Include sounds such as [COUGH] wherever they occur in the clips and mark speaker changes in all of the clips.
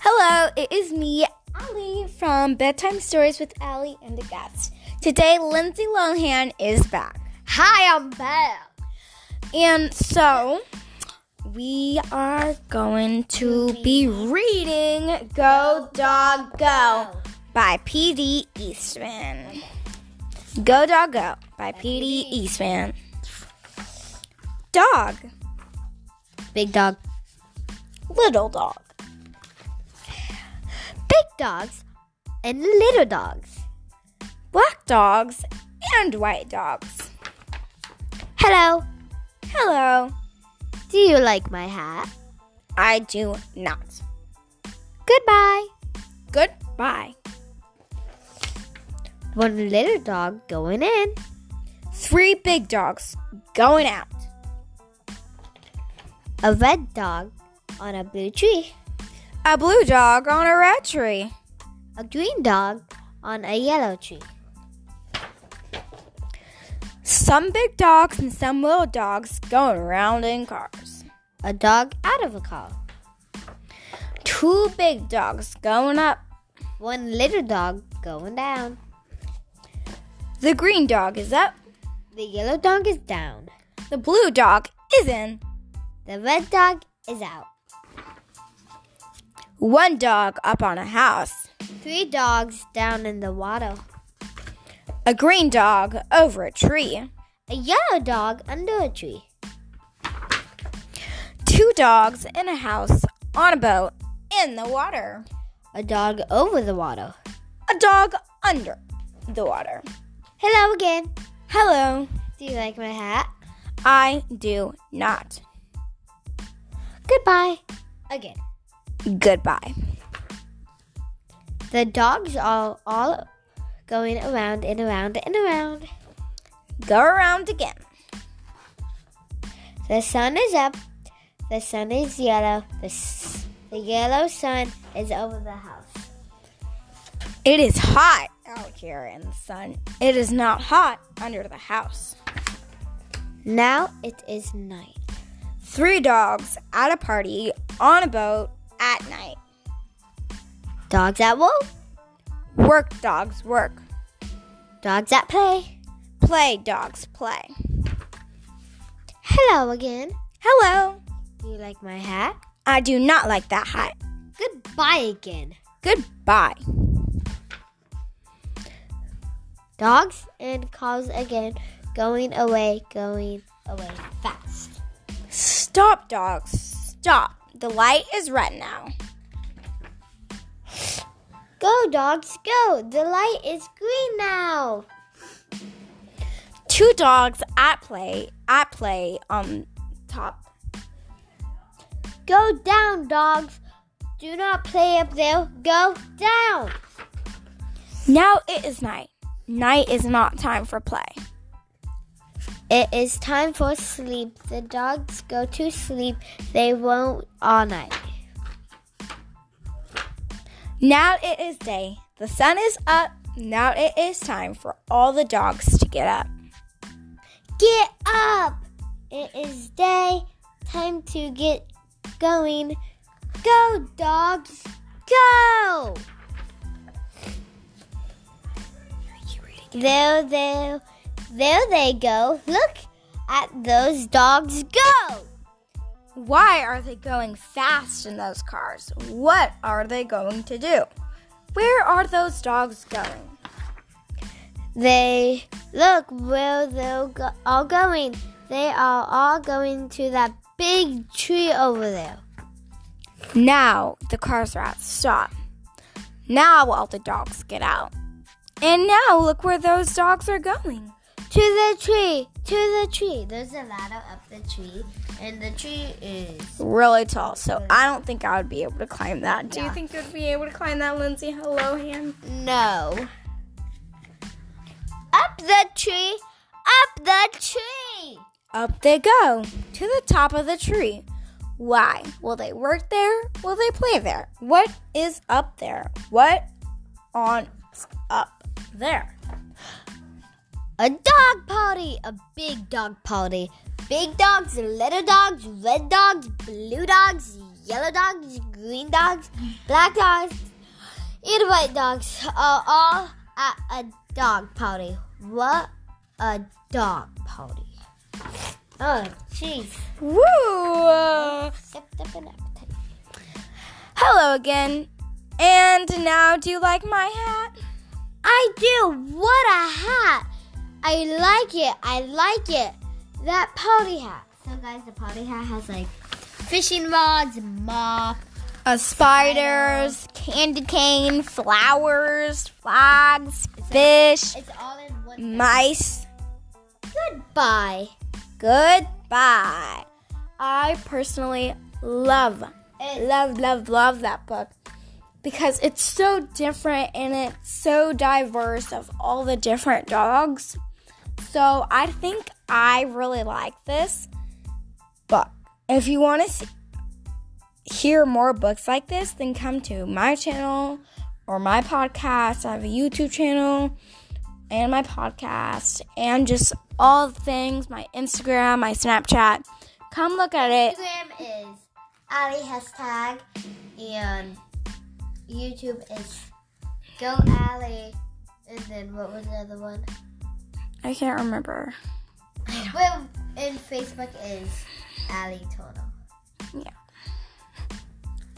Speaker 1: Hello, it is me, Ali, from Bedtime Stories with Ali and the Guest. Today, Lindsay Lohan is back.
Speaker 2: Hi, I'm back.
Speaker 1: And so, we are going to be reading Go Dog Go by P.D. Eastman. Go Dog Go by P.D. Eastman. Dog,
Speaker 2: Big dog.
Speaker 1: little dog.
Speaker 2: Big dogs and little dogs.
Speaker 1: black dogs and white dogs.
Speaker 2: Hello.
Speaker 1: Hello,
Speaker 2: Do you like my hat?
Speaker 1: I do not.
Speaker 2: Goodbye.
Speaker 1: Goodbye.
Speaker 2: One little dog going in.
Speaker 1: Three big dogs going out.
Speaker 2: A red dog on a blue tree.
Speaker 1: A blue dog on a red tree.
Speaker 2: A green dog on a yellow tree.
Speaker 1: Some big dogs and some little dogs going around in cars.
Speaker 2: A dog out of a car.
Speaker 1: Two big dogs going up.
Speaker 2: One little dog going down.
Speaker 1: The green dog is up.
Speaker 2: The yellow dog is down.
Speaker 1: The blue dog is in.
Speaker 2: The red dog is out.
Speaker 1: One dog up on a house.
Speaker 2: Three dogs down in the water.
Speaker 1: A green dog over a tree.
Speaker 2: A yellow dog under a tree.
Speaker 1: Two dogs in a house on a boat in the water.
Speaker 2: A dog over the water.
Speaker 1: a dog under the water.
Speaker 2: Hello again.
Speaker 1: Hello,
Speaker 2: Do you like my hat?
Speaker 1: I do not.
Speaker 2: Goodbye. Again.
Speaker 1: Goodbye.
Speaker 2: The dogs are all going around and around and around.
Speaker 1: Go around again.
Speaker 2: The sun is up. The sun is yellow. The, s- the yellow sun is over the house.
Speaker 1: It is hot out here in the sun. It is not hot under the house.
Speaker 2: Now it is night.
Speaker 1: Three dogs at a party on a boat at night.
Speaker 2: Dogs at work.
Speaker 1: Work dogs work.
Speaker 2: Dogs at play.
Speaker 1: Play dogs play.
Speaker 2: Hello again.
Speaker 1: Hello,
Speaker 2: Do you like my hat?
Speaker 1: I do not like that hat.
Speaker 2: Goodbye again.
Speaker 1: Goodbye.
Speaker 2: Dogs and cars again. Going away, going away fast.
Speaker 1: Stop dogs, stop. The light is red now.
Speaker 2: Go, dogs, go! The light is green now!
Speaker 1: two dogs at play at play on top
Speaker 2: Go down, dogs! Do not play up there. Go down!
Speaker 1: now it is night night is not time for play
Speaker 2: It is time for sleep. The dogs go to sleep. They won't all night.
Speaker 1: now it is day the sun is up now it is time for all the dogs to get up
Speaker 2: Get up! It is day. Time to get going. Go, dogs! Go! There, there, there they go. Look at those dogs go!
Speaker 1: why are they going fast in those cars what are they going to do where are those dogs going
Speaker 2: They look where they're go- all going. They are all going to that big tree over there.
Speaker 1: Now the cars are at the stop. Now all the dogs get out. And now look where those dogs are going.
Speaker 2: To the tree, to the tree. There's a ladder up the tree, and the tree is.
Speaker 1: Really tall, so I don't think I would be able to climb that. Mm-hmm. Do you
Speaker 2: Yeah.
Speaker 1: think you'd be able to climb that, Lindsay? Hello, hand.
Speaker 2: No. Up the tree, up the tree!
Speaker 1: Up they go to the top of the tree. Why? Will they work there? Will they play there? What is up there? What on up there?
Speaker 2: A dog party, a big dog party. Big dogs, little dogs, red dogs, blue dogs, yellow dogs, green dogs, black dogs, and white dogs are all at a dog party. What a dog party. Oh, jeez.
Speaker 1: Woo!
Speaker 2: Sip, dip, and appetite.
Speaker 1: Hello again. And now, do you like my hat?
Speaker 2: I do. What a hat. I like it. I like it. That party hat. So, guys, the party hat has like fishing rods, mop,
Speaker 1: Uh, spiders, candy cane, flowers, flags, fish,
Speaker 2: It's all in one.
Speaker 1: mice.
Speaker 2: Mm. Goodbye.
Speaker 1: Goodbye. I personally love, love, love, love that book because it's so different and it's so diverse of all the different dogs. So I think I really like this book. If you want to see, hear more books like this, then come to my channel or my podcast. I have a YouTube channel and my podcast and just all the things my Instagram, my Snapchat. Come look at it.
Speaker 2: Instagram is Ali hashtag, and YouTube is Go Ali. And then what was the other [LAUGHS] one?
Speaker 1: I can't remember.
Speaker 2: Well, and Facebook is Ali Tono.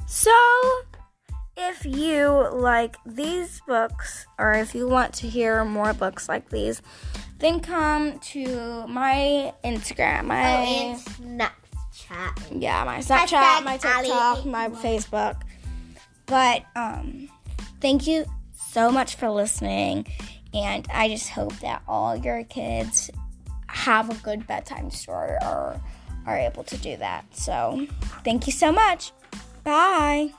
Speaker 1: So, if you like these books, or if you want to hear more books like these, then come to my Instagram,
Speaker 2: Oh,
Speaker 1: my
Speaker 2: and Snapchat.
Speaker 1: yeah, my Snapchat,
Speaker 2: Hashtag
Speaker 1: my
Speaker 2: Ali
Speaker 1: TikTok, my Facebook. But um, thank you so much for listening, and I just hope that all your kids have a good bedtime story or are able to do that. So, thank you so much. Bye.